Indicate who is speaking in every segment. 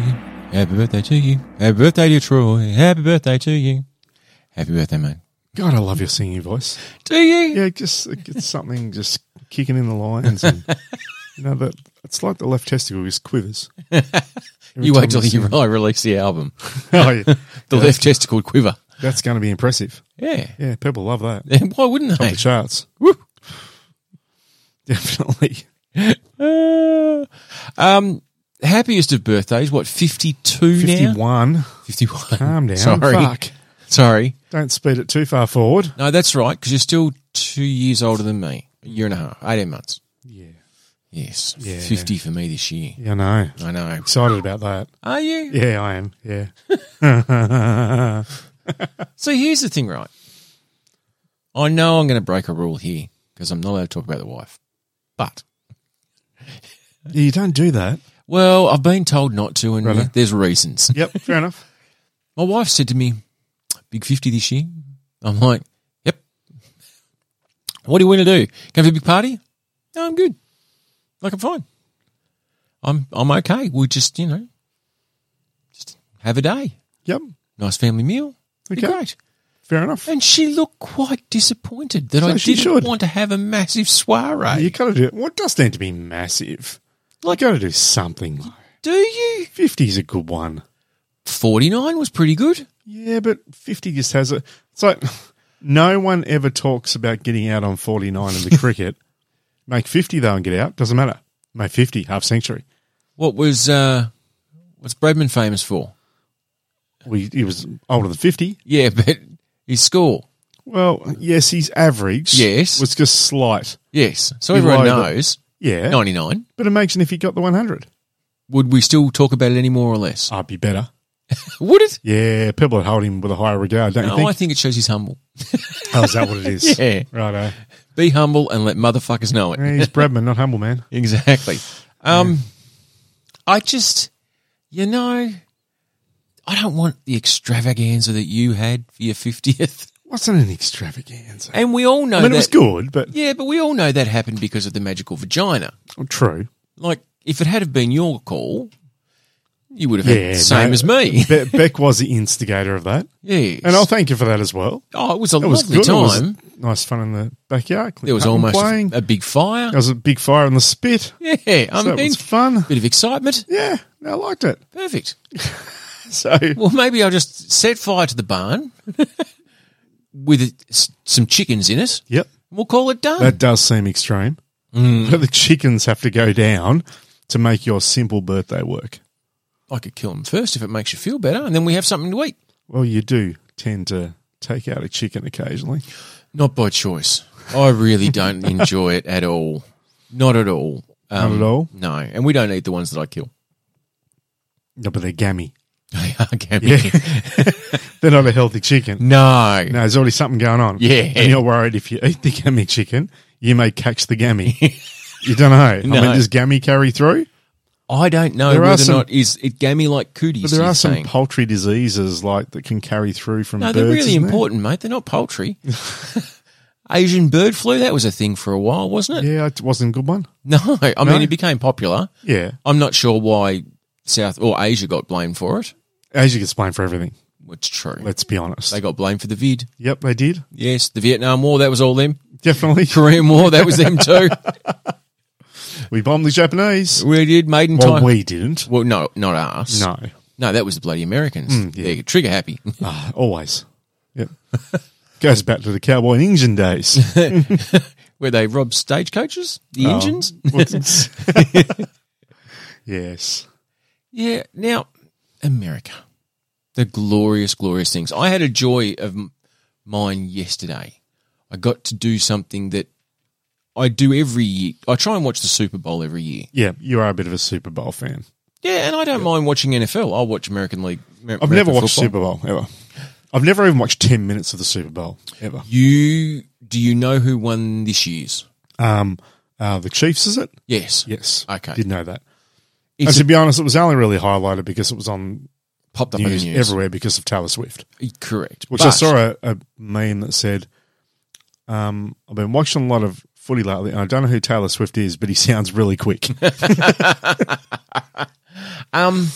Speaker 1: Happy birthday to you. Happy birthday to Troy. Happy birthday to you. Happy birthday, mate.
Speaker 2: God, I love your singing voice.
Speaker 1: Do you?
Speaker 2: Yeah, just it's something just kicking in the lines, and you know that it's like the left testicle just quivers. Every
Speaker 1: you
Speaker 2: time
Speaker 1: wait till
Speaker 2: sing
Speaker 1: you
Speaker 2: it.
Speaker 1: I release the album.
Speaker 2: Oh, yeah.
Speaker 1: The left testicle quiver.
Speaker 2: That's going to be impressive.
Speaker 1: Yeah.
Speaker 2: Yeah, people love that.
Speaker 1: Why wouldn't
Speaker 2: Top
Speaker 1: they?
Speaker 2: the charts,
Speaker 1: Woo.
Speaker 2: definitely.
Speaker 1: Uh, um, happiest of birthdays. What fifty two now?
Speaker 2: Fifty-one. Ah.
Speaker 1: Fifty one.
Speaker 2: Calm down.
Speaker 1: Sorry.
Speaker 2: Fuck.
Speaker 1: Sorry.
Speaker 2: Don't speed it too far forward.
Speaker 1: No, that's right. Because you're still two years older than me. A year and a half. Eighteen months.
Speaker 2: Yeah.
Speaker 1: Yes.
Speaker 2: Yeah.
Speaker 1: Fifty for me this year.
Speaker 2: Yeah, I know.
Speaker 1: I know.
Speaker 2: Excited about that.
Speaker 1: Are you?
Speaker 2: Yeah, I am. Yeah.
Speaker 1: So here's the thing, right? I know I'm going to break a rule here because I'm not allowed to talk about the wife. But
Speaker 2: you don't do that.
Speaker 1: well, I've been told not to, and
Speaker 2: Righto.
Speaker 1: there's reasons.
Speaker 2: Yep, fair enough.
Speaker 1: My wife said to me, Big 50 this year. I'm like, Yep. What do you want to do? Come to a big party? No, I'm good. Like, I'm fine. I'm, I'm okay. We'll just, you know, just have a day.
Speaker 2: Yep,
Speaker 1: Nice family meal. Be
Speaker 2: Okay.
Speaker 1: Great.
Speaker 2: fair enough.
Speaker 1: And she looked quite disappointed that I
Speaker 2: So she
Speaker 1: didn't
Speaker 2: should.
Speaker 1: want to have a massive soiree.
Speaker 2: You gotta do it. What does need to be massive? Like, you gotta do something.
Speaker 1: do you?
Speaker 2: 50's a good one.
Speaker 1: 49 was pretty good.
Speaker 2: Yeah, but 50 just has a. It's like no one ever talks about getting out on 49 in the cricket. Make 50 though and get out. Doesn't matter. Make 50, half century.
Speaker 1: What was, uh, what's Bradman famous for?
Speaker 2: We, he was older than 50.
Speaker 1: Yeah, but his score.
Speaker 2: Well, yes, he's average.
Speaker 1: Yes.
Speaker 2: Was just slight.
Speaker 1: Yes. So
Speaker 2: Be
Speaker 1: everyone
Speaker 2: right, but-
Speaker 1: knows.
Speaker 2: Yeah.
Speaker 1: 99.
Speaker 2: But imagine if he got the 100.
Speaker 1: Would we still talk about it any more or less?
Speaker 2: I'd be better.
Speaker 1: Would it?
Speaker 2: Yeah, people would hold him with a higher regard, don't
Speaker 1: No,
Speaker 2: you
Speaker 1: I
Speaker 2: think?
Speaker 1: think it shows he's humble.
Speaker 2: Oh, is that what it is?
Speaker 1: Yeah.
Speaker 2: Righto.
Speaker 1: Be humble and let motherfuckers know it.
Speaker 2: Yeah, he's Bradman, not humble man.
Speaker 1: Exactly. Um, I just, you know, I don't want the extravaganza that you had for your 50th.
Speaker 2: Wasn't an extravaganza.
Speaker 1: And we all know
Speaker 2: I mean,
Speaker 1: that.
Speaker 2: it was good, but
Speaker 1: Yeah, but we all know that happened because of the magical vagina.
Speaker 2: oh, true.
Speaker 1: Like, if it had have been your call, you would have
Speaker 2: Yeah,
Speaker 1: had the same
Speaker 2: no,
Speaker 1: as me.
Speaker 2: Be- Beck was the instigator of that,
Speaker 1: yes.
Speaker 2: and I'll thank you for that as well.
Speaker 1: oh, it was a
Speaker 2: It was
Speaker 1: lovely
Speaker 2: good. It was
Speaker 1: time.
Speaker 2: nice fun in the backyard.
Speaker 1: There was
Speaker 2: Up and
Speaker 1: almost
Speaker 2: playing.
Speaker 1: a, a big fire.
Speaker 2: there was a big fire in the spit.
Speaker 1: Yeah, I
Speaker 2: So it
Speaker 1: mean,
Speaker 2: was fun.
Speaker 1: bit of excitement.
Speaker 2: Yeah, I liked it.
Speaker 1: Perfect.
Speaker 2: So
Speaker 1: Well, maybe I'll just set fire to the barn with it- s- some chickens in it.
Speaker 2: yep,
Speaker 1: And we'll call it done.
Speaker 2: that does seem extreme.
Speaker 1: Mm.
Speaker 2: But the chickens have to go down to make your simple birthday work.
Speaker 1: I could kill them first if it makes you feel better, and then we have something to eat.
Speaker 2: Well, you do tend to take out a chicken occasionally.
Speaker 1: Not by choice. I really don't enjoy it at all. Not at all. Um,
Speaker 2: Not at all.
Speaker 1: No, and we don't eat the ones that I kill.
Speaker 2: No, but they're gammy.
Speaker 1: They are gammy.
Speaker 2: Yeah. they're not a healthy chicken.
Speaker 1: No.
Speaker 2: No, there's already something going on.
Speaker 1: Yeah.
Speaker 2: And you're worried if you eat the gammy chicken, you may catch the gammy. you don't know. I
Speaker 1: No.
Speaker 2: mean, does gammy carry through?
Speaker 1: I don't know
Speaker 2: There are
Speaker 1: whether
Speaker 2: some-
Speaker 1: or not is it gammy like cooties.
Speaker 2: But there
Speaker 1: you're
Speaker 2: are some
Speaker 1: saying.
Speaker 2: poultry diseases like that can carry through from
Speaker 1: No,
Speaker 2: birds.
Speaker 1: they're really
Speaker 2: isn't there?
Speaker 1: important, mate. They're not poultry. Asian bird flu, that was a thing for a while, wasn't it?
Speaker 2: Yeah, it wasn't a good one.
Speaker 1: No, I
Speaker 2: No.
Speaker 1: mean, it became popular.
Speaker 2: Yeah.
Speaker 1: I'm not sure why South or Asia got blamed for it.
Speaker 2: Asia gets blamed for everything.
Speaker 1: It's true.
Speaker 2: Let's be honest.
Speaker 1: they got blamed for the vid.
Speaker 2: yep, they did.
Speaker 1: Yes, the Vietnam War, that was all them.
Speaker 2: Definitely.
Speaker 1: Korean War, that was them too.
Speaker 2: we bombed the Japanese.
Speaker 1: we did Maiden
Speaker 2: Well,
Speaker 1: Time.
Speaker 2: we didn't.
Speaker 1: well, no, not us.
Speaker 2: No. Mm,
Speaker 1: No, that was the bloody Americans. They're trigger happy.
Speaker 2: Ah, always. Yep. Goes back to the cowboy and engine days.
Speaker 1: Where they robbed stagecoaches, the
Speaker 2: Oh.
Speaker 1: engines.
Speaker 2: yes.
Speaker 1: Yeah. Now, America, the glorious, glorious things. I had a joy of m- mine yesterday. I got to do something that I do every year. I try and watch the Super Bowl every year.
Speaker 2: Yeah, you are a bit of a Super Bowl fan.
Speaker 1: Yeah, and I don't mind watching NFL. I'll watch American League. Amer-
Speaker 2: I've
Speaker 1: American
Speaker 2: never watched
Speaker 1: football.
Speaker 2: Super Bowl ever. I've never even watched ten minutes of the Super Bowl ever.
Speaker 1: You do you know who won this year's?
Speaker 2: Um, uh, the Chiefs, is it?
Speaker 1: Yes.
Speaker 2: Yes.
Speaker 1: Okay.
Speaker 2: Did know that.
Speaker 1: It's-
Speaker 2: and to be honest, it was only really highlighted because it was on
Speaker 1: Popped up
Speaker 2: news,
Speaker 1: in the news.
Speaker 2: everywhere because of Taylor Swift.
Speaker 1: Correct.
Speaker 2: Which
Speaker 1: But-
Speaker 2: I saw a, a meme that said, um, "I've been watching a lot of footy lately, and I don't know who Taylor Swift is, but he sounds really quick."
Speaker 1: Um,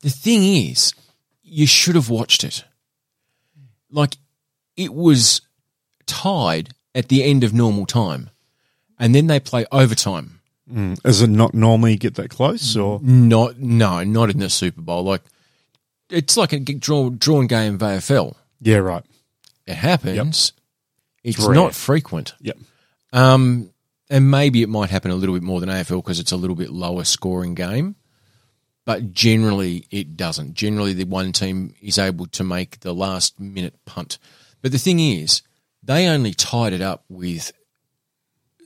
Speaker 1: The thing is, you should have watched it. Like, it was tied at the end of normal time, and then they play overtime.
Speaker 2: Does it not normally get that close? Or
Speaker 1: Not no, not in the Super Bowl. Like, it's like a g- draw, drawn game of AFL.
Speaker 2: yeah, right.
Speaker 1: It happens. It's,
Speaker 2: rare.
Speaker 1: not frequent.
Speaker 2: Yep.
Speaker 1: Um, and maybe it might happen a little bit more than AFL because it's a little bit lower scoring game. But generally, it doesn't. Generally, the one team is able to make the last minute punt. But the thing is, they only tied it up with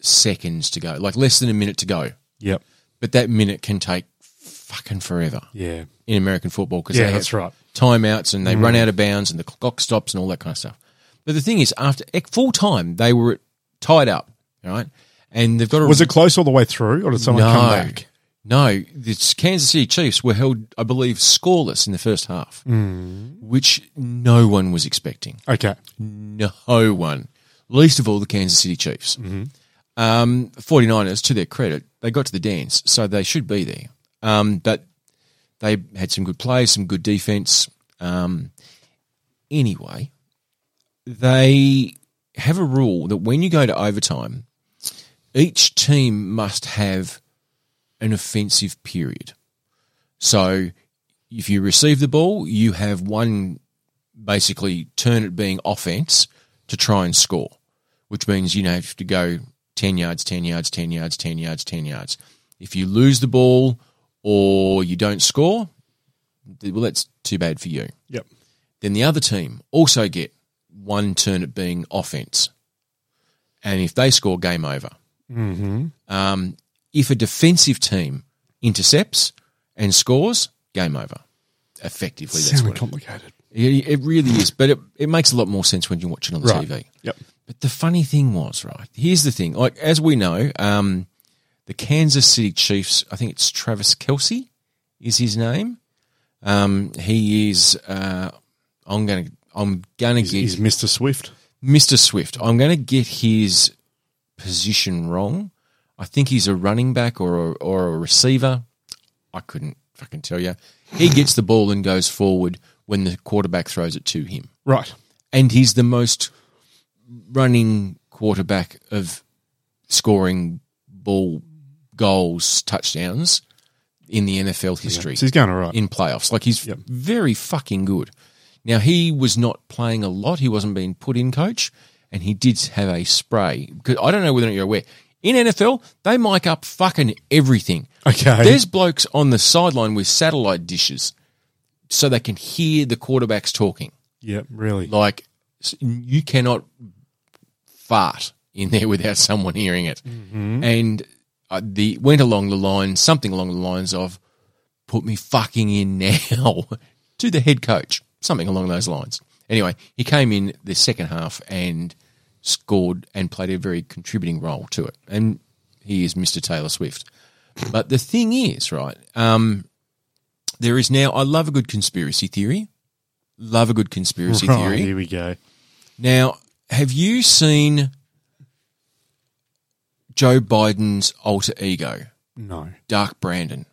Speaker 1: seconds to go, like less than a minute to go.
Speaker 2: Yep.
Speaker 1: But that minute can take fucking forever
Speaker 2: Yeah.
Speaker 1: in American football because
Speaker 2: Yeah,
Speaker 1: they
Speaker 2: that's
Speaker 1: have
Speaker 2: right.
Speaker 1: timeouts and they
Speaker 2: Mm.
Speaker 1: run out of bounds and the clock stops and all that kind of stuff. But the thing is, after at full time, they were tied up, all right? And they've got to
Speaker 2: Was it close all the way through, or did someone come
Speaker 1: no,
Speaker 2: back?
Speaker 1: no. The Kansas City Chiefs were held, I believe, scoreless in the first half,
Speaker 2: Mm.
Speaker 1: which no one was expecting.
Speaker 2: Okay.
Speaker 1: No one, least of all the Kansas City Chiefs. Um, 49ers, to their credit, they got to the dance, so they should be there. Um, but they had some good plays, some good defense. Um, anyway, they have a rule that when you go to overtime, each team must have an offensive period. So if you receive the ball, you have one basically turn it being offense to try and score, which means you know, you have to go 10 yards, 10 yards, 10 yards, 10 yards, 10 yards. If you lose the ball or you don't score, th- well, that's too bad for you.
Speaker 2: Yep.
Speaker 1: Then the other team also get one turn at being offense. And if they score, game over. Mm-hmm. Um, if a defensive team intercepts and scores, game over. Effectively, that's what
Speaker 2: Sounded complicated.
Speaker 1: it, it really is, but it, it makes a lot more sense when you watch it on the TV.
Speaker 2: Yep.
Speaker 1: But the funny thing was, right? Here's the thing. Like as we know, um, the Kansas City Chiefs. I think it's Travis Kelsey is his name. Um, he is. Uh, I'm gonna. I'm gonna get
Speaker 2: He's Mr. Swift.
Speaker 1: Mr. Swift. I'm gonna get his position wrong. I think he's a running back or a, or a receiver. I couldn't fucking tell you. He gets the ball and goes forward when the quarterback throws it to him
Speaker 2: Right.
Speaker 1: and he's the most running quarterback of scoring ball goals touchdowns in the NFL history
Speaker 2: So he's going all right.
Speaker 1: in playoffs. Like he's
Speaker 2: Yep.
Speaker 1: very fucking good. Now he was not playing a lot. He wasn't being put in coach, and he did have a spray. 'Cause I don't know whether or not you're aware. In NFL, they mic up fucking everything.
Speaker 2: Okay.
Speaker 1: There's blokes on the sideline with satellite dishes so they can hear the quarterbacks talking.
Speaker 2: yep. Really.
Speaker 1: Like s- you cannot fart in there without someone hearing it. And uh, the went along the line, something along the lines of "put me fucking in now" to the head coach, something along those lines. Anyway, he came in the second half and scored and played a very contributing role to it. And he is Mr. Taylor Swift. But the thing is, right? Um, there is now. I love a good conspiracy theory. Love a good conspiracy
Speaker 2: Right,
Speaker 1: theory.
Speaker 2: Here we go.
Speaker 1: Now, have you seen Joe Biden's alter ego,
Speaker 2: No.
Speaker 1: Dark Brandon?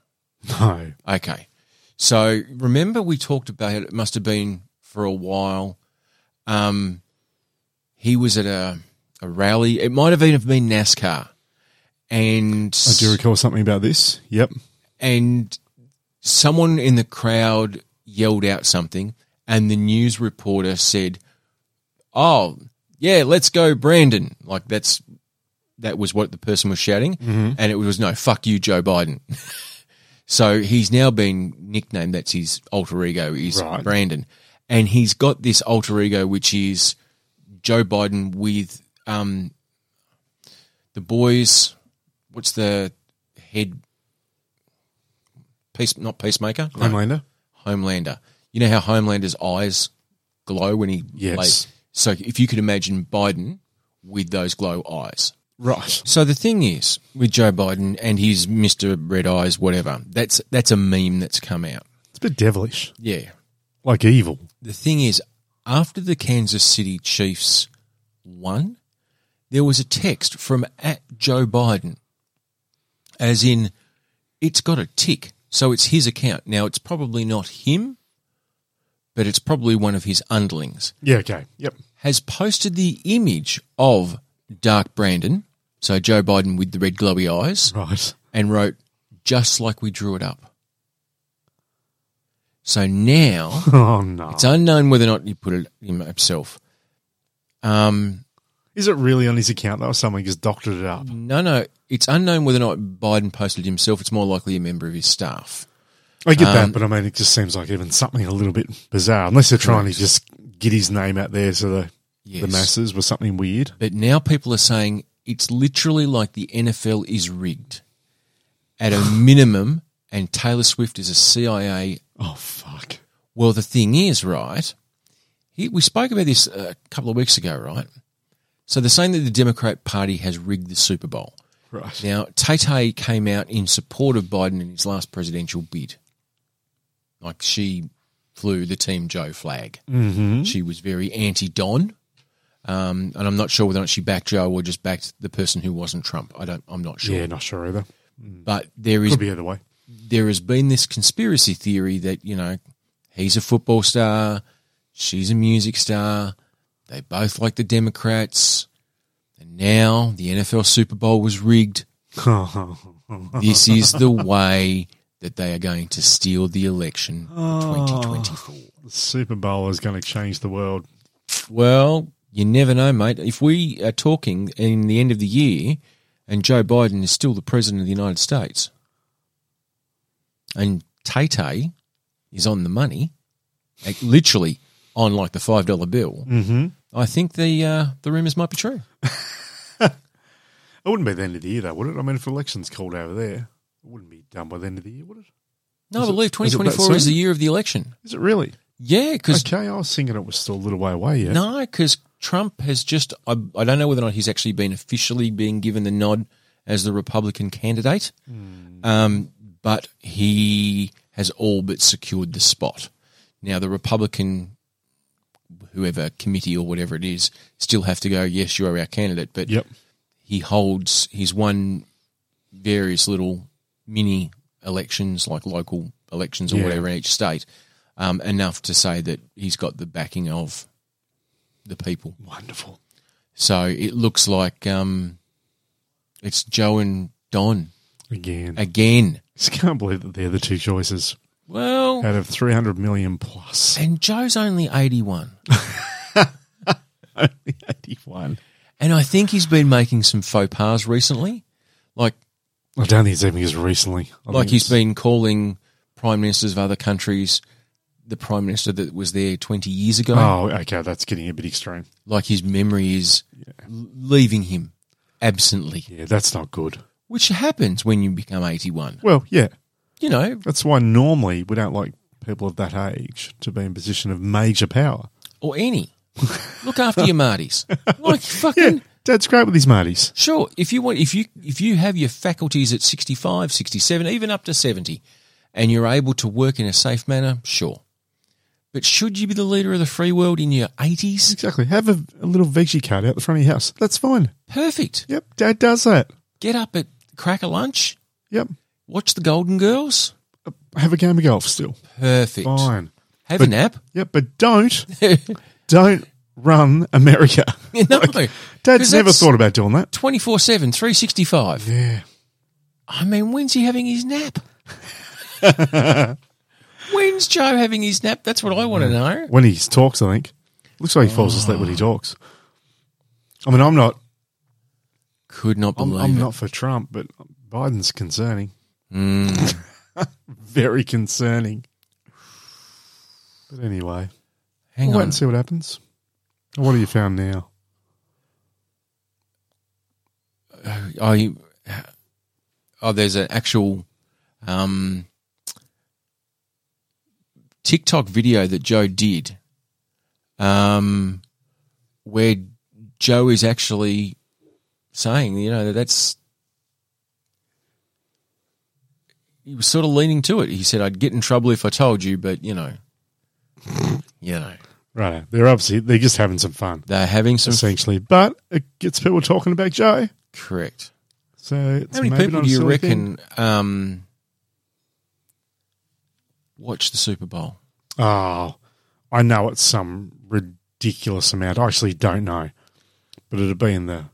Speaker 2: No.
Speaker 1: Okay. So remember we talked about it, it must have been for a while. Um, he was at a, a rally. It might have even been NASCAR. And
Speaker 2: I do recall something about this. Yep.
Speaker 1: and someone in the crowd yelled out something, and the news reporter said, "Oh, yeah, let's go, Brandon!" Like that's that was what the person was shouting, and it was no, "Fuck you, Joe Biden." so he's now been nicknamed. That's his alter ego is
Speaker 2: Right.
Speaker 1: Brandon, and he's got this alter ego which is Joe Biden with um, the boys. What's the head peace? Not peacemaker. No.
Speaker 2: Homelander.
Speaker 1: Homelander. You know how Homelander's eyes glow when he
Speaker 2: Yes.
Speaker 1: plays? So if you could imagine Biden with those glow eyes.
Speaker 2: Right.
Speaker 1: So the thing is with Joe Biden and his Mister Red Eyes, whatever. That's that's a meme that's come out.
Speaker 2: It's a bit devilish.
Speaker 1: Yeah.
Speaker 2: Like evil.
Speaker 1: The thing is, after the Kansas City Chiefs won, there was a text from at Joe Biden, as in, it's got a tick. So it's his account. Now, it's probably not him, but it's probably one of his underlings.
Speaker 2: Yeah, okay. Yep.
Speaker 1: Has posted the image of Dark Brandon, so Joe Biden with the red glowy eyes,
Speaker 2: Right.
Speaker 1: and wrote, just like we drew it up. So now
Speaker 2: Oh, no.
Speaker 1: it's unknown whether or not he put it him- himself. Um,
Speaker 2: Is it really on his account, though? or Someone just doctored it up.
Speaker 1: no, no, it's unknown whether or not Biden posted it himself. It's more likely a member of his staff.
Speaker 2: I get that, but I mean, it just seems like even something a little bit bizarre, unless they're trying to just get his name out there so the, the
Speaker 1: Yes.
Speaker 2: masses was something weird.
Speaker 1: But now people are saying it's literally like the NFL is rigged at a minimum, and Taylor Swift is a CIA.
Speaker 2: Oh, fuck.
Speaker 1: Well, the thing is, right? He, we spoke about this uh, a couple of weeks ago, right? So they're saying that the Democrat Party has rigged the Super Bowl.
Speaker 2: Right.
Speaker 1: Now, Tay came out in support of Biden in his last presidential bid. Like she flew the Team Joe flag. Mm-hmm. She was very anti Don. Um, and I'm not sure whether or not she backed Joe or just backed the person who wasn't Trump. I don't. I'm not sure.
Speaker 2: Yeah, not sure either.
Speaker 1: But there is
Speaker 2: Could be either way.
Speaker 1: there has been this conspiracy theory that you know he's a football star, she's a music star, they both like the Democrats, and now the NFL Super Bowl was rigged
Speaker 2: Oh.
Speaker 1: this is the way that they are going to steal the election for 2024.
Speaker 2: The Super Bowl is going to change the world.
Speaker 1: Well, you never know, mate. If we are talking in the end of the year and Joe Biden is still the president of the United States and Tay Tay is on the money, like literally on like the $5 bill,
Speaker 2: Mm-hmm.
Speaker 1: I think the uh, the rumours might be true.
Speaker 2: It wouldn't be the end of the year, though, would it? I mean, if election's called over there, it wouldn't be done by the end of the year, would it?
Speaker 1: No, I
Speaker 2: Is it-
Speaker 1: believe
Speaker 2: is it that
Speaker 1: 2024 is
Speaker 2: soon?
Speaker 1: the year of the election.
Speaker 2: Is it really?
Speaker 1: Yeah, because
Speaker 2: Okay, I was thinking it was still a little way away yet.
Speaker 1: No, because Trump has just, I, I don't know whether or not he's actually been officially being given the nod as the Republican candidate, um, but he has all but secured the spot. Now, the Republican, whoever committee or whatever it is, still have to go, yes, you are our candidate, but
Speaker 2: Yep.
Speaker 1: he holds, he's won various little mini elections, like local elections or
Speaker 2: Yeah.
Speaker 1: whatever in each state, um, enough to say that he's got the backing of the people.
Speaker 2: Wonderful.
Speaker 1: So it looks like um, it's Joe and Don
Speaker 2: Again. I
Speaker 1: again.
Speaker 2: just can't believe that they're the two choices
Speaker 1: Well,
Speaker 2: out of 300 million plus.
Speaker 1: and Joe's only 81.
Speaker 2: Only 81.
Speaker 1: And I think he's been making some faux pas recently. Like,
Speaker 2: I don't think it's even as recently. I
Speaker 1: like
Speaker 2: think
Speaker 1: he's
Speaker 2: it's-
Speaker 1: been calling prime ministers of other countries the prime minister that was there 20 years ago.
Speaker 2: Oh, okay. That's getting a bit extreme.
Speaker 1: like his memory is l leaving him absently,
Speaker 2: Yeah, that's not good.
Speaker 1: which happens when you become 81.
Speaker 2: Well, yeah.
Speaker 1: You know,
Speaker 2: That's why normally we don't like people of that age to be in position of major power.
Speaker 1: or any. Look after your Martys. Like fucking
Speaker 2: Yeah, Dad's great with his Marties.
Speaker 1: sure, if you want if you if you have your faculties at 65, 67, even up to 70 and you're able to work in a safe manner, sure. But should you be the leader of the free world in your 80s?
Speaker 2: Exactly. Have a, a little veggie card out the front of your house. That's fine.
Speaker 1: Perfect.
Speaker 2: Yep, Dad does that.
Speaker 1: Get up at crack of lunch,
Speaker 2: Yep.
Speaker 1: watch the Golden Girls.
Speaker 2: Have a game of golf still.
Speaker 1: Perfect.
Speaker 2: Fine.
Speaker 1: Have a
Speaker 2: But-
Speaker 1: nap.
Speaker 2: Yep, but don't don't run America.
Speaker 1: no.
Speaker 2: Dad's never
Speaker 1: that's-
Speaker 2: thought about doing that.
Speaker 1: 24 7, 365.
Speaker 2: Yeah.
Speaker 1: I mean, when's he having his nap? when's Joe having his nap? That's what I want to know.
Speaker 2: When he talks, I think. Looks like he falls asleep when he talks. I mean, I'm not
Speaker 1: Could not
Speaker 2: I'm,
Speaker 1: believe
Speaker 2: I'm
Speaker 1: it.
Speaker 2: not for Trump, but Biden's concerning. Mm. Very concerning. But anyway,
Speaker 1: Hang
Speaker 2: we'll wait
Speaker 1: on.
Speaker 2: and see what happens. What have you found now?
Speaker 1: I, oh, there's an actual um, TikTok video that Joe did um, where Joe is actually saying, you know, that that's. He was sort of leaning to it. He said, I'd get in trouble if I told you, but, you know, you know,
Speaker 2: Right, they're obviously they're just having some fun,
Speaker 1: they're having some.
Speaker 2: essentially. But it gets people talking about Joe.
Speaker 1: correct.
Speaker 2: So it's
Speaker 1: How many
Speaker 2: maybe
Speaker 1: people
Speaker 2: not a
Speaker 1: do you
Speaker 2: silly thing.
Speaker 1: reckon um, watch the Super Bowl.
Speaker 2: Oh, I know it's some ridiculous amount. I actually don't know, but it'd be in the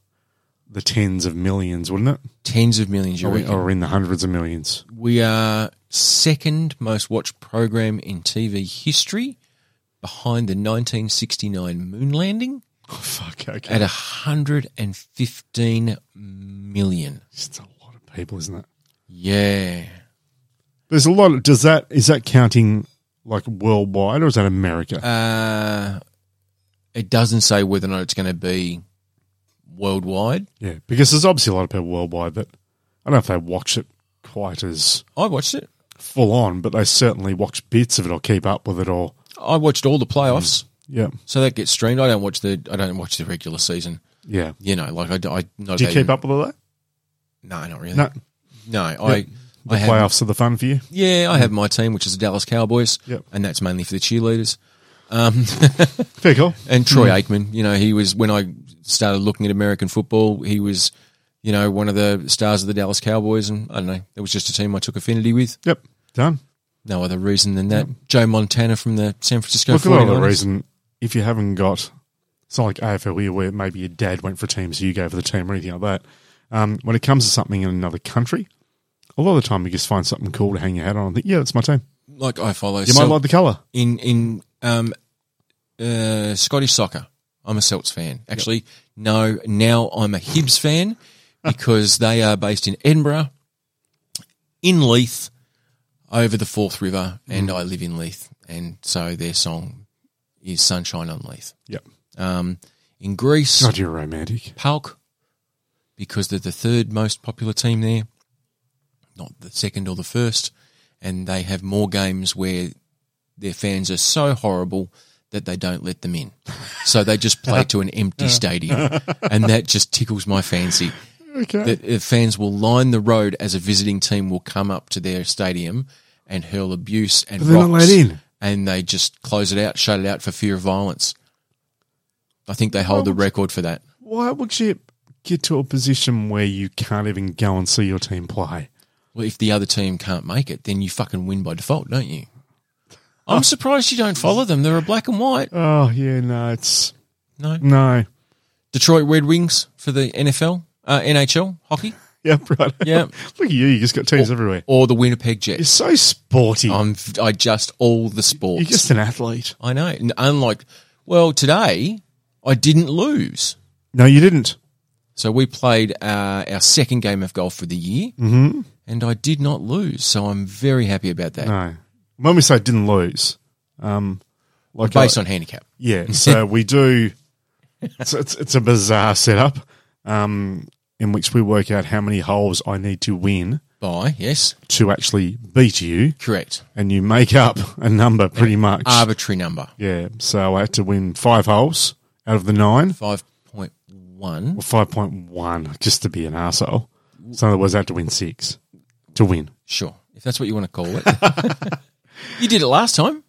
Speaker 2: the tens of millions, wouldn't it?
Speaker 1: Tens of millions, you
Speaker 2: Or,
Speaker 1: reckon?
Speaker 2: or in the hundreds of millions.
Speaker 1: We are second most watched program in TV history behind the 1969 moon landing
Speaker 2: Oh, fuck. Okay,
Speaker 1: at 115 million.
Speaker 2: it's a lot of people, isn't it?
Speaker 1: Yeah.
Speaker 2: There's a lot. Of, does that is that counting like worldwide or is that America?
Speaker 1: Uh, it doesn't say whether or not it's going to be worldwide.
Speaker 2: yeah, because there's obviously a lot of people worldwide that I don't know if they watch it quite as
Speaker 1: I watched it.
Speaker 2: full on, but they certainly watch bits of it or keep up with it or
Speaker 1: I watched all the playoffs,
Speaker 2: yeah,
Speaker 1: so that gets streamed. I don't watch the I don't watch the regular season.
Speaker 2: yeah.
Speaker 1: You know, like I, d- I- not
Speaker 2: Do you
Speaker 1: even-
Speaker 2: keep up with all that?
Speaker 1: No, not really.
Speaker 2: No,
Speaker 1: No, I I have
Speaker 2: playoffs are the fun for you.
Speaker 1: Yeah, I have my team, which is the Dallas Cowboys,
Speaker 2: Yep.
Speaker 1: and that's mainly for the cheerleaders.
Speaker 2: Fair call.
Speaker 1: And Troy
Speaker 2: Hmm.
Speaker 1: Aikman, you know, he was when I started looking at American football, he was, you know, one of the stars of the Dallas Cowboys, and I don't know, it was just a team I took affinity with.
Speaker 2: Yep, done.
Speaker 1: No other reason than that. Joe Montana from the San Francisco.
Speaker 2: Look, a lot of the
Speaker 1: 49ers.
Speaker 2: reason if you haven't got, it's not like AFL here E where maybe your dad went for a team, so you go for the team or anything like that. Um, when it comes to something in another country, a lot of the time you just find something cool to hang your hat on and think, yeah, that's my team.
Speaker 1: Like I follow
Speaker 2: You
Speaker 1: Celt-
Speaker 2: might like the colour.
Speaker 1: in in um, uh, Scottish soccer. I'm a Celts fan. Actually, no, now I'm a Hibs fan because they are based in Edinburgh, in Leith, over the Forth River, and I live in Leith, and so their song is "Sunshine on Leith."
Speaker 2: Yep.
Speaker 1: Um, in Greece,
Speaker 2: God, you're romantic.
Speaker 1: Palk, because they're the third most popular team there, not the second or the first. And they have more games where their fans are so horrible that they don't let them in. So they just play to an empty stadium. And that just tickles my fancy.
Speaker 2: Okay.
Speaker 1: That uh, fans will line the road as a visiting team will come up to their stadium and hurl abuse and
Speaker 2: But they're not
Speaker 1: rocks,
Speaker 2: let in.
Speaker 1: And they just close it out, shut it out for fear of violence. I think they hold the record for that.
Speaker 2: Why would you get to a position where you can't even go and see your team play?
Speaker 1: Well, if the other team can't make it, then you fucking win by default, don't you? I'm surprised you don't follow them. They're a black and white.
Speaker 2: Oh, yeah, no, it's.
Speaker 1: No.
Speaker 2: No.
Speaker 1: Detroit Red Wings for the NFL, uh, NHL hockey,
Speaker 2: Yeah, right.
Speaker 1: Yeah.
Speaker 2: Look at you. You just got teams everywhere.
Speaker 1: or the Winnipeg
Speaker 2: You're
Speaker 1: Jets.
Speaker 2: so sporty.
Speaker 1: I'm I just all the
Speaker 2: You're
Speaker 1: sports.
Speaker 2: just an athlete.
Speaker 1: I know. And unlike, well, today I didn't lose,
Speaker 2: No, you didn't.
Speaker 1: so we played uh, our second game of golf for the year, mm-hmm. and I did not lose. So I'm very happy about that.
Speaker 2: No. When we say didn't lose, um, like
Speaker 1: Based
Speaker 2: I-
Speaker 1: on handicap,
Speaker 2: yeah, so we do. It's, it's it's a bizarre setup, um, in which we work out how many holes I need to win
Speaker 1: by yes,
Speaker 2: to actually beat you,
Speaker 1: correct,
Speaker 2: and you make up a number pretty much.
Speaker 1: arbitrary number
Speaker 2: yeah, so I had to win five holes out of the nine,
Speaker 1: five point one.
Speaker 2: or five point one, just to be an asshole. So in other words, I had to win six to win.
Speaker 1: Sure, if that's what you want to call it. you did it last time.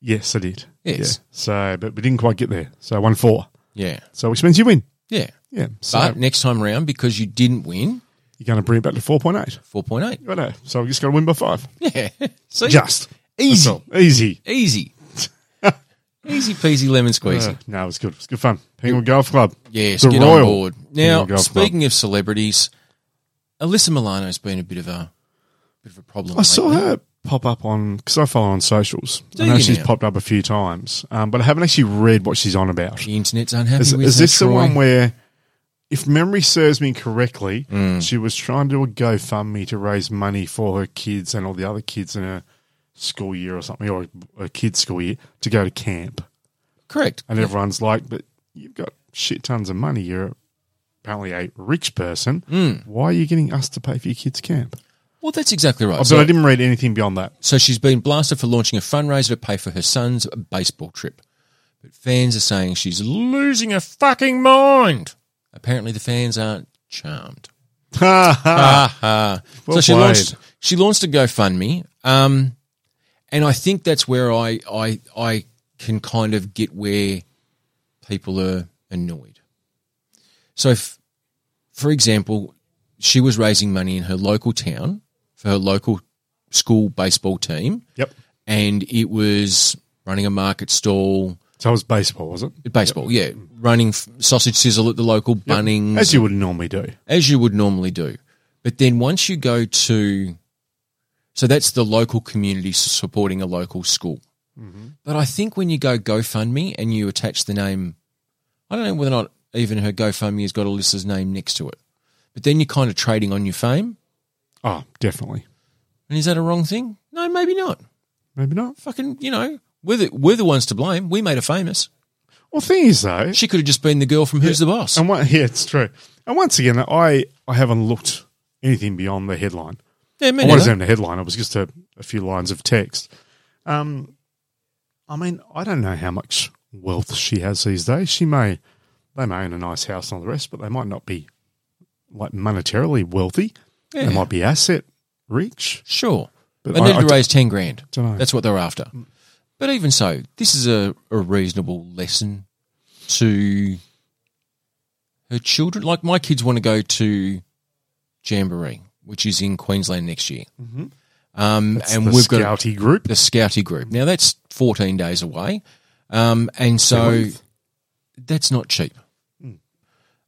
Speaker 2: Yes, I did.
Speaker 1: Yes.
Speaker 2: Yeah. So, but we didn't quite get there. So I won four.
Speaker 1: Yeah,
Speaker 2: So which means you win.
Speaker 1: yeah.
Speaker 2: Yeah. So
Speaker 1: But next time round, because you didn't win,
Speaker 2: you're going to bring it back to 4.8.
Speaker 1: four point eight.
Speaker 2: Righto. So we just got to win by five.
Speaker 1: Yeah, see,
Speaker 2: Just. That's
Speaker 1: easy,
Speaker 2: all. Easy.
Speaker 1: easy, easy peasy lemon squeezy.
Speaker 2: Uh, no, it was good. It was good fun. Penguin Golf Club.
Speaker 1: yes,
Speaker 2: The
Speaker 1: get
Speaker 2: Royal
Speaker 1: on board.
Speaker 2: Penguin
Speaker 1: Now,
Speaker 2: Golf Club.
Speaker 1: speaking of celebrities, Alyssa Milano's been a bit of a bit of a problem.
Speaker 2: I saw
Speaker 1: lately.
Speaker 2: her pop up on, because I follow her on socials. I
Speaker 1: Do
Speaker 2: know
Speaker 1: you
Speaker 2: she's
Speaker 1: now?
Speaker 2: popped up a few times, um, but I haven't actually read what she's on about.
Speaker 1: The internet's unhappy
Speaker 2: Is,
Speaker 1: with
Speaker 2: is
Speaker 1: her,
Speaker 2: this the
Speaker 1: Troy.
Speaker 2: one where, if memory serves me correctly,
Speaker 1: Mm.
Speaker 2: she was trying to do a GoFundMe to raise money for her kids and all the other kids in her school year or something, or a kid's school year, to go to camp?
Speaker 1: Correct.
Speaker 2: And everyone's like, but you've got shit tons of money. You're apparently a rich person. Why are you getting us to pay for your kids' camp?
Speaker 1: Well, that's exactly right.
Speaker 2: But
Speaker 1: So-
Speaker 2: I didn't read anything beyond that.
Speaker 1: So she's been blasted for launching a fundraiser to pay for her son's baseball trip. But fans are saying she's losing her fucking mind. Apparently, the fans aren't charmed. Ha ha.
Speaker 2: Well
Speaker 1: so she
Speaker 2: played.
Speaker 1: launched, she launched a GoFundMe. Um, and I think that's where I, I, I can kind of get where people are annoyed. So, if, for example, she was raising money in her local town for her local school baseball team
Speaker 2: yep.
Speaker 1: and it was running a market stall,
Speaker 2: So it was baseball, was it?
Speaker 1: baseball, yeah, running f- sausage sizzle at the local Bunnings,
Speaker 2: As you would normally do.
Speaker 1: as you would normally do. But then once you go to, so that's the local community s- supporting a local school.
Speaker 2: Mm-hmm.
Speaker 1: But I think when you go GoFundMe and you attach the name, I don't know whether or not even her GoFundMe has got Alyssa's name next to it. But then you're kind of trading on your fame.
Speaker 2: Oh, definitely.
Speaker 1: And is that a wrong thing? No, maybe not.
Speaker 2: Maybe not.
Speaker 1: Fucking, you know, we're the, we're the ones to blame. We made her famous.
Speaker 2: Well, thing is though,
Speaker 1: She could have just been the girl from Who's the Boss.
Speaker 2: and one, yeah, it's true. And once again, I I haven't looked anything beyond the headline.
Speaker 1: Yeah, me
Speaker 2: I wasn't
Speaker 1: neither.
Speaker 2: even a headline. It was just a, a few lines of text. Um, I mean, I don't know how much wealth she has these days. She may, they may own a nice house and all the rest, but they might not be like monetarily wealthy.
Speaker 1: Yeah.
Speaker 2: They might be asset rich.
Speaker 1: Sure.
Speaker 2: But
Speaker 1: They
Speaker 2: I-
Speaker 1: needed
Speaker 2: I
Speaker 1: to
Speaker 2: d-
Speaker 1: raise 10 grand.
Speaker 2: Dunno.
Speaker 1: That's what they're after. But even so, this is a, a reasonable lesson to her children. Like, my kids want to go to Jamboree, which is in Queensland next year. Um, and
Speaker 2: the
Speaker 1: we've got
Speaker 2: Scouty group.
Speaker 1: the Scouty group. Now, that's 14 days away. Um, and so that's not cheap.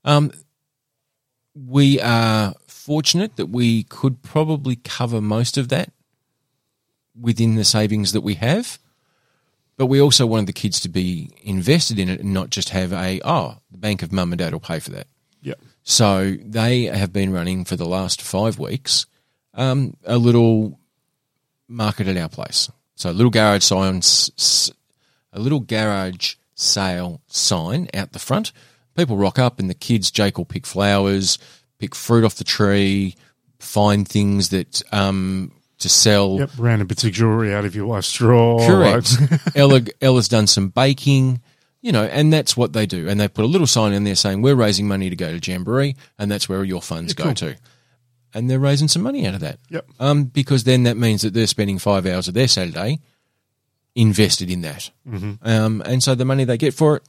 Speaker 1: Um, we are fortunate that we could probably cover most of that within the savings that we have. But we also wanted the kids to be invested in it and not just have a, oh, the bank of mum and dad will pay for that.
Speaker 2: Yeah.
Speaker 1: So they have been running for the last five weeks um, a little market at our place. So a little garage sign, s- s- a little garage sale sign out the front. People rock up, and the kids, Jake, will pick flowers, pick fruit off the tree, find things that um, to sell.
Speaker 2: Yep. Random bits of jewelry out of your wife's drawer.
Speaker 1: Correct. Ella, Ella's done some baking, you know, and that's what they do. And they put a little sign in there saying, We're raising money to go to Jamboree, and that's where your funds go to. And they're raising some money out of that.
Speaker 2: Yep.
Speaker 1: Um, because then that means that they're spending five hours of their Saturday invested in that.
Speaker 2: Mm-hmm.
Speaker 1: Um, and so the money they get for it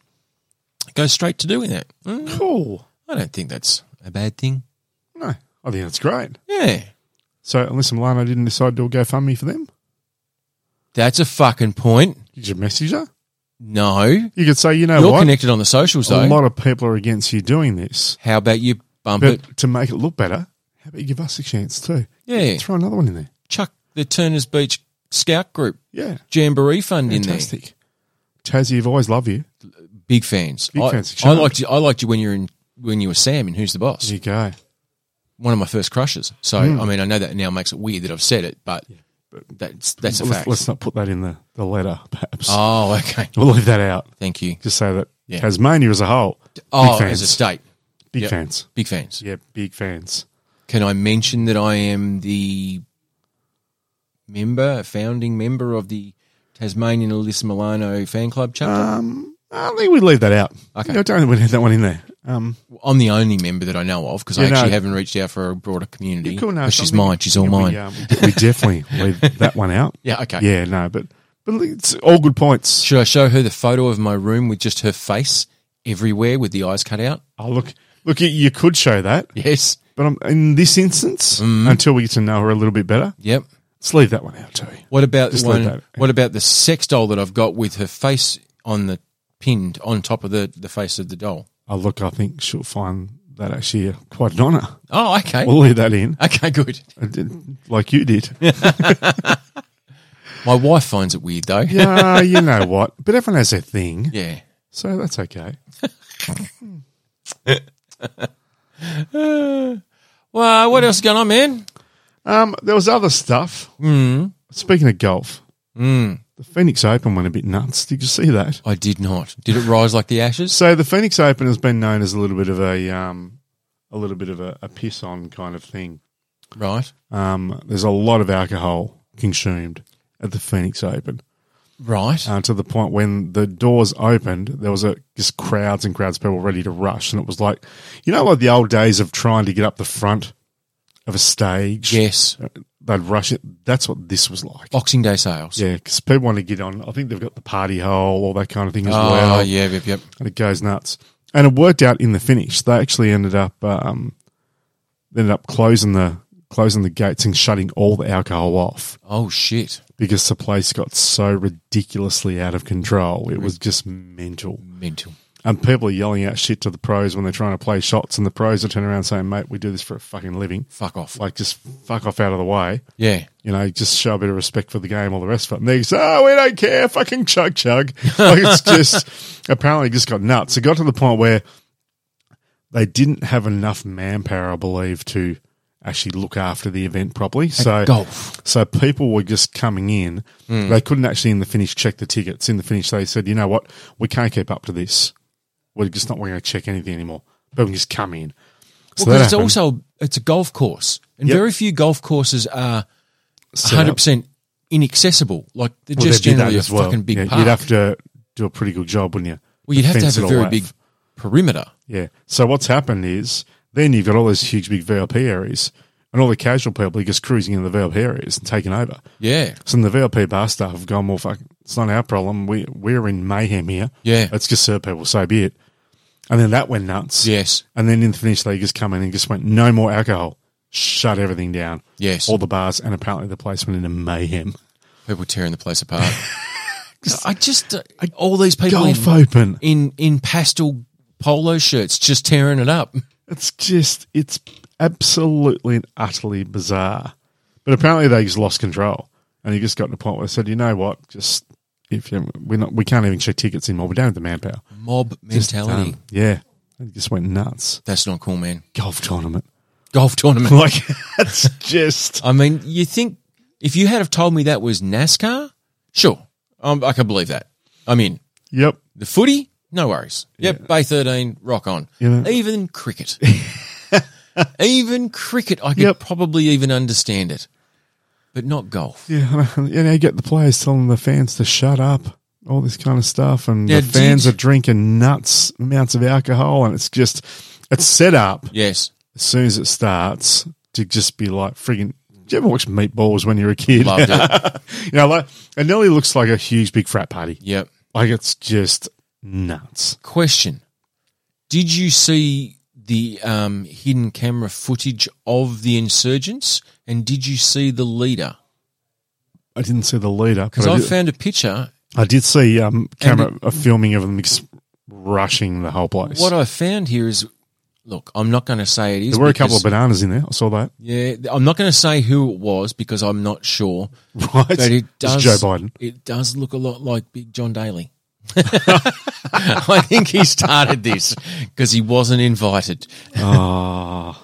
Speaker 1: goes straight to doing that. Mm,
Speaker 2: Cool.
Speaker 1: I don't think that's a bad thing.
Speaker 2: No, I think that's great.
Speaker 1: Yeah.
Speaker 2: So, unless Milano didn't decide to do a GoFundMe for them,
Speaker 1: That's a fucking point.
Speaker 2: did you message her?
Speaker 1: No.
Speaker 2: You could say, you know
Speaker 1: You're
Speaker 2: what?
Speaker 1: connected on the socials,
Speaker 2: a
Speaker 1: though.
Speaker 2: lot of people are against you doing this.
Speaker 1: How about you bump
Speaker 2: But,
Speaker 1: it?
Speaker 2: to make it look better, how about you give us a chance too?
Speaker 1: Yeah.
Speaker 2: Throw another one in there.
Speaker 1: chuck the Turners Beach Scout Group
Speaker 2: Yeah.
Speaker 1: Jamboree Fund in
Speaker 2: Fantastic. Tassie, you've always loved you.
Speaker 1: there. Big fans.
Speaker 2: Big
Speaker 1: I,
Speaker 2: fans,
Speaker 1: I
Speaker 2: sure.
Speaker 1: liked you. I liked you when you were in when you were Sam in Who's the Boss.
Speaker 2: There you go.
Speaker 1: One of my first crushes. So
Speaker 2: Mm.
Speaker 1: I mean, I know that now makes it weird that I've said it, but that's that's a
Speaker 2: let's,
Speaker 1: fact.
Speaker 2: let's not put that in the, the letter, perhaps.
Speaker 1: Oh, okay.
Speaker 2: we'll leave that out.
Speaker 1: Thank you.
Speaker 2: Just say that
Speaker 1: Yeah.
Speaker 2: Tasmania as a whole.
Speaker 1: Oh,
Speaker 2: big fans.
Speaker 1: as a state,
Speaker 2: big
Speaker 1: Yep.
Speaker 2: fans.
Speaker 1: big fans.
Speaker 2: Yeah, big fans.
Speaker 1: Can I mention that I am the member, founding member of the Tasmanian Alyssa Milano fan club chapter?
Speaker 2: Um, I think we leave that out.
Speaker 1: Okay.
Speaker 2: I don't think we leave that one in there. Um,
Speaker 1: I'm the only member that I know of because I
Speaker 2: Yeah, no.
Speaker 1: actually haven't reached out for a broader community.
Speaker 2: Cool, no,
Speaker 1: but she's
Speaker 2: something-
Speaker 1: mine. She's all
Speaker 2: we,
Speaker 1: mine.
Speaker 2: um, we definitely leave that one out.
Speaker 1: yeah. Okay.
Speaker 2: Yeah, no, but but it's all good points.
Speaker 1: Should I show her the photo of my room with just her face everywhere with the eyes cut out?
Speaker 2: Oh, look, look, you- you could show that,
Speaker 1: Yes.
Speaker 2: but um in this instance, until we get to know her a little bit better,
Speaker 1: Yep.
Speaker 2: let's leave that one out too.
Speaker 1: What about
Speaker 2: Just
Speaker 1: the one?
Speaker 2: leave that.
Speaker 1: What about the sex doll that I've got with her face on the pinned on top of the the face of the doll?
Speaker 2: Oh, look, I think she'll find that actually uh, quite an honour.
Speaker 1: Oh, okay.
Speaker 2: We'll leave that in,
Speaker 1: okay, good.
Speaker 2: I did- like you did. Yeah,
Speaker 1: My wife finds it weird though. Yeah.
Speaker 2: you know what? But everyone has their thing, so that's okay.
Speaker 1: Well, what else is going on, man?
Speaker 2: Um, there was other stuff.
Speaker 1: Mm.
Speaker 2: Speaking of golf,
Speaker 1: Mm.
Speaker 2: the Phoenix Open went a bit nuts. Did you see that?
Speaker 1: I did not. Did it rise like the ashes?
Speaker 2: So the Phoenix Open has been known as a little bit of a um, a little bit of a, a piss on kind of thing.
Speaker 1: Right.
Speaker 2: Um, there's a lot of alcohol consumed at the Phoenix Open
Speaker 1: Right.
Speaker 2: uh, to the point when the doors opened, there was a just crowds and crowds of people ready to rush, and it was like you know like the old days of trying to get up the front of a stage.
Speaker 1: Yes.
Speaker 2: uh, They'd rush it. That's what this was like.
Speaker 1: Boxing Day sales.
Speaker 2: Yeah, because people want to get on. I think they've got the party hole, all that kind of thing as
Speaker 1: Oh,
Speaker 2: well.
Speaker 1: yeah, yep, yep.
Speaker 2: and it goes nuts. And it worked out in the finish. They actually ended up um, ended up closing the closing the gates and shutting all the alcohol off.
Speaker 1: Oh, shit.
Speaker 2: because the place got so ridiculously out of control. It was just mental.
Speaker 1: Mental.
Speaker 2: And people are yelling out shit to the pros when they're trying to play shots, and the pros are turning around saying, mate, we do this for a fucking living.
Speaker 1: Fuck off.
Speaker 2: Like, just fuck off out of the way.
Speaker 1: Yeah.
Speaker 2: You know, just show a bit of respect for the game, all the rest of it. And they say, oh, we don't care. Fucking chug chug. Like, it's just, apparently, it just got nuts. It got to the point where they didn't have enough manpower, I believe, to actually look after the event properly. So,
Speaker 1: Golf.
Speaker 2: so people were just coming in.
Speaker 1: Hmm.
Speaker 2: They couldn't actually in the finish check the tickets. In the finish, they said, you know what? We can't keep up to this. We're just not going to check anything anymore. People can just come in. So
Speaker 1: Well,
Speaker 2: that
Speaker 1: 'cause it's
Speaker 2: happened.
Speaker 1: also it's a golf course, and
Speaker 2: Yep.
Speaker 1: very few golf courses are
Speaker 2: Set up.
Speaker 1: hundred percent inaccessible. Like they're
Speaker 2: Well,
Speaker 1: just
Speaker 2: they'd do that
Speaker 1: generally a
Speaker 2: as well.
Speaker 1: fucking big
Speaker 2: Yeah,
Speaker 1: park.
Speaker 2: You'd have to do a pretty good job, wouldn't you?
Speaker 1: well, you'd have to
Speaker 2: fence
Speaker 1: have
Speaker 2: it
Speaker 1: a
Speaker 2: all
Speaker 1: very
Speaker 2: up.
Speaker 1: big perimeter.
Speaker 2: Yeah. So what's happened is then you've got all those huge big VLP areas, and all the casual people are just cruising in the VLP areas and taking over.
Speaker 1: Yeah,
Speaker 2: So the VLP bar staff have gone, well, fuck, it's not our problem. We we're in mayhem here.
Speaker 1: Yeah.
Speaker 2: Let's just serve people. So be it. And then that went nuts.
Speaker 1: yes,
Speaker 2: And then in the finish, they just come in and just went, no more alcohol. Shut everything down.
Speaker 1: yes.
Speaker 2: All the bars, and apparently the place went into mayhem.
Speaker 1: people tearing the place apart. I just uh, all these people in,
Speaker 2: Golf open.
Speaker 1: in in pastel polo shirts just tearing it up.
Speaker 2: It's just, it's absolutely and utterly bizarre. But apparently they just lost control. And he just got to the point where they said, you know what? Just, if you, we're not, we can't even check tickets anymore. We don't have the manpower.
Speaker 1: Mob
Speaker 2: Just
Speaker 1: mentality.
Speaker 2: done. Yeah. It just went nuts.
Speaker 1: That's not cool, man.
Speaker 2: Golf tournament.
Speaker 1: Golf tournament.
Speaker 2: Like, that's just.
Speaker 1: I mean, you think if you had have told me that was NASCAR, sure, um, I can believe that. I'm in.
Speaker 2: Yep.
Speaker 1: The footy, no worries. Yep, Bay 13, rock on.
Speaker 2: You know-
Speaker 1: Even cricket. even cricket, I could
Speaker 2: Yep.
Speaker 1: probably even understand it, but not golf.
Speaker 2: Yeah, and you know, you get the players telling the fans to shut up, all this kind of stuff, and
Speaker 1: Yeah,
Speaker 2: the fans
Speaker 1: did-
Speaker 2: are drinking nuts amounts of alcohol, and it's just it's set up
Speaker 1: Yes,
Speaker 2: as soon as it starts to just be like friggin'. Did you ever watch Meatballs when you were a kid?
Speaker 1: loved it.
Speaker 2: you know, like it nearly looks like a huge big frat party.
Speaker 1: Yep.
Speaker 2: Like it's just nuts.
Speaker 1: Question Did you see the um, hidden camera footage of the insurgents and did you see the leader?
Speaker 2: I didn't see the leader
Speaker 1: Because
Speaker 2: but
Speaker 1: I
Speaker 2: did,
Speaker 1: found a picture
Speaker 2: I did see um, camera a filming of them just rushing the whole place.
Speaker 1: What I found here is, look, I'm not going to say it is.
Speaker 2: there were a couple of
Speaker 1: because-
Speaker 2: bananas in there. I saw that.
Speaker 1: yeah, I'm not going to say who it was because I'm not sure.
Speaker 2: Right,
Speaker 1: But it does.
Speaker 2: it's Joe Biden.
Speaker 1: It does look a lot like Big John Daly. I think he started this because he wasn't invited.
Speaker 2: Oh,
Speaker 1: Ah.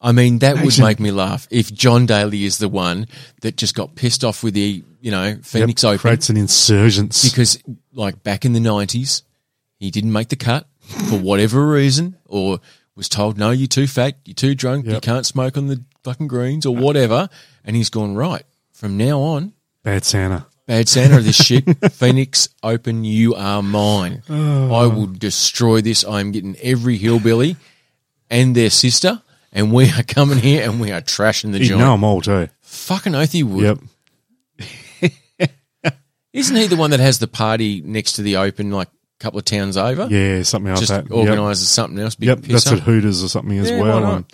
Speaker 1: I mean, that would make me laugh if John Daly is the one that just got pissed off with the, you know, Phoenix Open
Speaker 2: creates an insurgence.
Speaker 1: because, like, back in the 90s, he didn't make the cut for whatever reason or was told, no, you're too fat, you're too drunk, you
Speaker 2: Yep.
Speaker 1: can't smoke on the fucking greens or whatever. And he's gone, right, from now on,
Speaker 2: Bad Santa.
Speaker 1: Bad Santa of this shit. Phoenix, open, you are mine.
Speaker 2: Oh.
Speaker 1: I will destroy this. I am getting every hillbilly and their sister, and we are coming here and we are trashing the
Speaker 2: You
Speaker 1: joint.
Speaker 2: know them all too.
Speaker 1: Fucking oath he would.
Speaker 2: Yep.
Speaker 1: Isn't he the one that has the party next to the open, like a couple of towns over?
Speaker 2: Yeah, something like
Speaker 1: Just
Speaker 2: that. Yep,
Speaker 1: organises something else. Big
Speaker 2: yep. that's
Speaker 1: pisser.
Speaker 2: at Hooters or something as
Speaker 1: Yeah, why
Speaker 2: well.
Speaker 1: not?
Speaker 2: And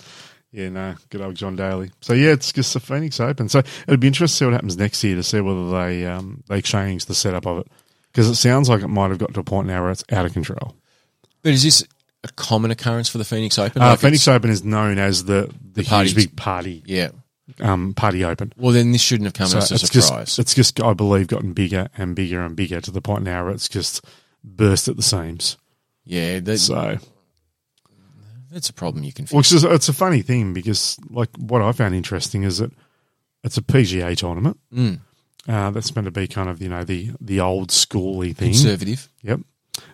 Speaker 2: yeah, no, good old John Daly. So yeah, it's just the Phoenix Open. So it'd be interesting to see what happens next year to see whether they um, they change the setup of it because it sounds like it might have got to a point now where it's out of control.
Speaker 1: But is this a common occurrence for the Phoenix Open?
Speaker 2: Uh,
Speaker 1: Like
Speaker 2: Phoenix
Speaker 1: it's-
Speaker 2: Open is known as the the,
Speaker 1: parties.
Speaker 2: huge big party
Speaker 1: Yeah.
Speaker 2: um, party open.
Speaker 1: Well, then this shouldn't have come
Speaker 2: So
Speaker 1: as a
Speaker 2: Uh, it's
Speaker 1: surprise.
Speaker 2: just it's just I believe gotten bigger and bigger and bigger to the point now where it's just burst at the seams.
Speaker 1: yeah, that,
Speaker 2: So
Speaker 1: that's a problem you can fix.
Speaker 2: Which is it's a funny thing because like what I found interesting is that it's a PGA tournament.
Speaker 1: Mm.
Speaker 2: Uh, that's meant to be kind of you know the the old schooly thing.
Speaker 1: Conservative.
Speaker 2: Yep.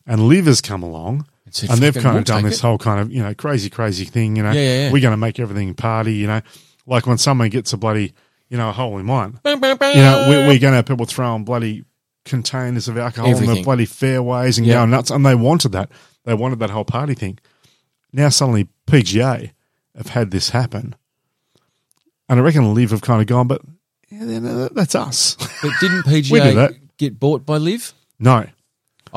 Speaker 2: And Liv has come along,
Speaker 1: It's a
Speaker 2: and they've
Speaker 1: fucking-
Speaker 2: kind
Speaker 1: we'll
Speaker 2: of done
Speaker 1: take
Speaker 2: this
Speaker 1: it.
Speaker 2: whole kind of you know crazy crazy thing. You know,
Speaker 1: Yeah, yeah, yeah.
Speaker 2: we're going to make everything party. You know, like when someone gets a bloody you know a hole in one.
Speaker 1: You
Speaker 2: You know,
Speaker 1: Uh,
Speaker 2: we're, we're going to people throwing bloody containers of alcohol in
Speaker 1: Everything.
Speaker 2: the bloody fairways and
Speaker 1: Yeah.
Speaker 2: going nuts. And they wanted that. They wanted that whole party thing. Now suddenly PGA have had this happen, and I reckon Liv have kind of gone, but yeah, then, uh, that's us.
Speaker 1: But didn't
Speaker 2: We do that.
Speaker 1: PGA get bought by Liv?
Speaker 2: no,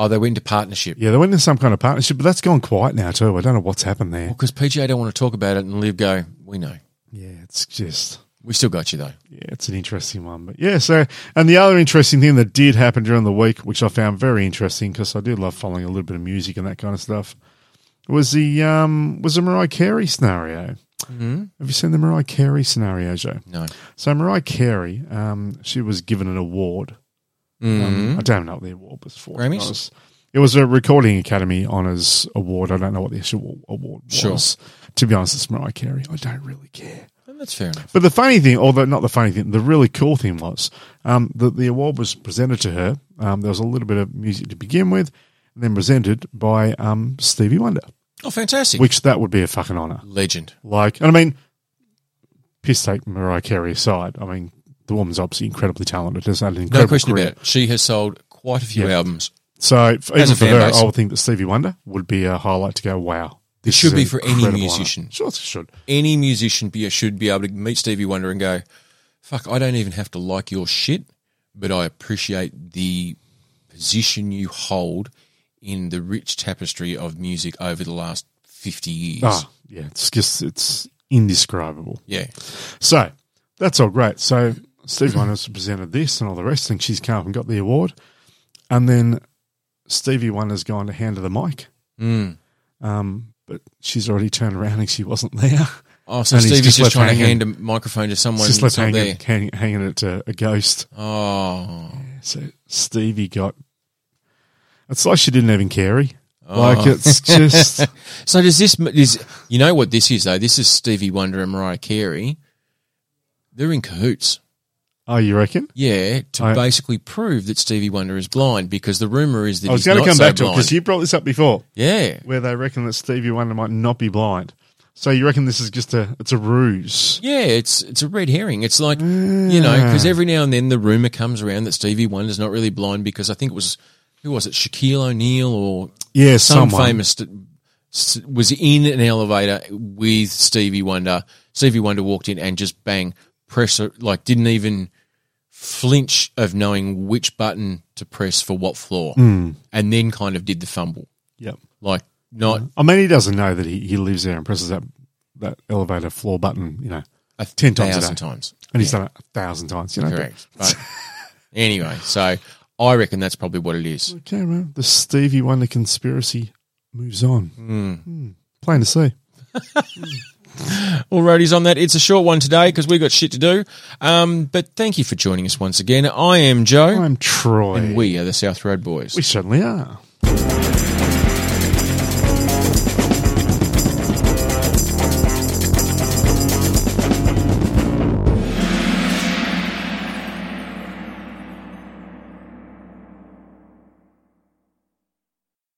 Speaker 1: Oh, they went into partnership.
Speaker 2: yeah, they went into some kind of partnership, but that's gone quiet now too. I don't know what's happened there.
Speaker 1: Because PGA don't want to talk about it, and Liv go, we know.
Speaker 2: Yeah, it's just
Speaker 1: We still got you though.
Speaker 2: Yeah, it's an interesting one. But yeah, so, and the other interesting thing that did happen during the week, which I found very interesting because I do love following a little bit of music and that kind of stuff, was the, um, was the Mariah Carey scenario.
Speaker 1: Mm-hmm.
Speaker 2: Have you seen the Mariah Carey scenario, Joe?
Speaker 1: No.
Speaker 2: So Mariah Carey, um, she was given an award.
Speaker 1: Mm.
Speaker 2: Um, I don't know what the award was for. to
Speaker 1: Mm-hmm.
Speaker 2: be
Speaker 1: Grammys?
Speaker 2: honest. It was a Recording Academy Honours Award. I don't know what the actual award was.
Speaker 1: Sure.
Speaker 2: To be honest, it's Mariah Carey. I don't really care.
Speaker 1: That's fair enough.
Speaker 2: But the funny thing, although not the funny thing, the really cool thing was um, that the award was presented to her. Um, there was a little bit of music to begin with, and then presented by um, Stevie Wonder,
Speaker 1: Oh, fantastic.
Speaker 2: which that would be a fucking honour.
Speaker 1: Legend.
Speaker 2: Like, and I mean, piss take Mariah Carey aside. I mean, the woman's obviously incredibly talented. Has had an
Speaker 1: No
Speaker 2: incredible
Speaker 1: question
Speaker 2: career.
Speaker 1: about it. She has sold quite a few
Speaker 2: Yeah.
Speaker 1: albums.
Speaker 2: So f- even
Speaker 1: a
Speaker 2: for
Speaker 1: fan
Speaker 2: her,
Speaker 1: base.
Speaker 2: I would think that Stevie Wonder would be a highlight to go. Wow, this
Speaker 1: should
Speaker 2: is
Speaker 1: be
Speaker 2: an
Speaker 1: for any
Speaker 2: incredible honour."
Speaker 1: musician.
Speaker 2: Sure, it should.
Speaker 1: Any musician be, should be able to meet Stevie Wonder and go, fuck, I don't even have to like your shit, but I appreciate the position you hold in the rich tapestry of music over the last 50 years.
Speaker 2: Ah, yeah, it's just it's indescribable.
Speaker 1: Yeah.
Speaker 2: So that's all great. So Stevie Wonder's presented this and all the rest, and she's come up and got the award. And then Stevie Wonder's gone to hand her the mic,
Speaker 1: Mm.
Speaker 2: um, but she's already turned around and she wasn't there.
Speaker 1: Oh, so
Speaker 2: And he's
Speaker 1: Stevie's
Speaker 2: just
Speaker 1: just,
Speaker 2: left
Speaker 1: trying
Speaker 2: hanging.
Speaker 1: to hand a microphone to someone
Speaker 2: Just
Speaker 1: that's
Speaker 2: left
Speaker 1: not there.
Speaker 2: hanging, hang, hanging it to a ghost.
Speaker 1: Oh,
Speaker 2: So Stevie got. It's like she didn't even care.
Speaker 1: Oh.
Speaker 2: Like it's just
Speaker 1: so does this? Is you know what this is though? This is Stevie Wonder and Mariah Carey. They're in cahoots,
Speaker 2: oh, you reckon?
Speaker 1: yeah, to
Speaker 2: I-
Speaker 1: basically prove that Stevie Wonder is blind because the rumor is that
Speaker 2: I was
Speaker 1: he's
Speaker 2: going
Speaker 1: not
Speaker 2: to come
Speaker 1: so
Speaker 2: back to it
Speaker 1: blind.
Speaker 2: because you brought this up before,
Speaker 1: yeah,
Speaker 2: where they reckon that Stevie Wonder might not be blind. So you reckon this is just a it's a ruse?
Speaker 1: yeah, it's it's a red herring. It's like you know
Speaker 2: Ah.
Speaker 1: because every now and then the rumor comes around that Stevie Wonder's not really blind because I think it was who was it Shaquille O'Neal or
Speaker 2: Yeah,
Speaker 1: some
Speaker 2: someone.
Speaker 1: famous that s- was in an elevator with Stevie Wonder. Stevie Wonder walked in and just bang, press it, like didn't even flinch of knowing which button to press for what floor,
Speaker 2: Hmm.
Speaker 1: and then kind of did the fumble,
Speaker 2: Yep.
Speaker 1: like not
Speaker 2: I mean, he doesn't know that he, he lives there and presses that that elevator floor button, you know,
Speaker 1: a
Speaker 2: Ten times a
Speaker 1: thousand
Speaker 2: day.
Speaker 1: times.
Speaker 2: and he's done it a thousand times, you know. but-
Speaker 1: Correct. But anyway, so I reckon that's probably what it is.
Speaker 2: Okay, well, the Stevie Wonder conspiracy moves on. Hmm. Plain to see.
Speaker 1: All righties on that. It's a short one today because we've got shit to do. Um, but thank you for joining us once again. I am Joe.
Speaker 2: I'm Troy.
Speaker 1: and we are the South Road Boys.
Speaker 2: we certainly are.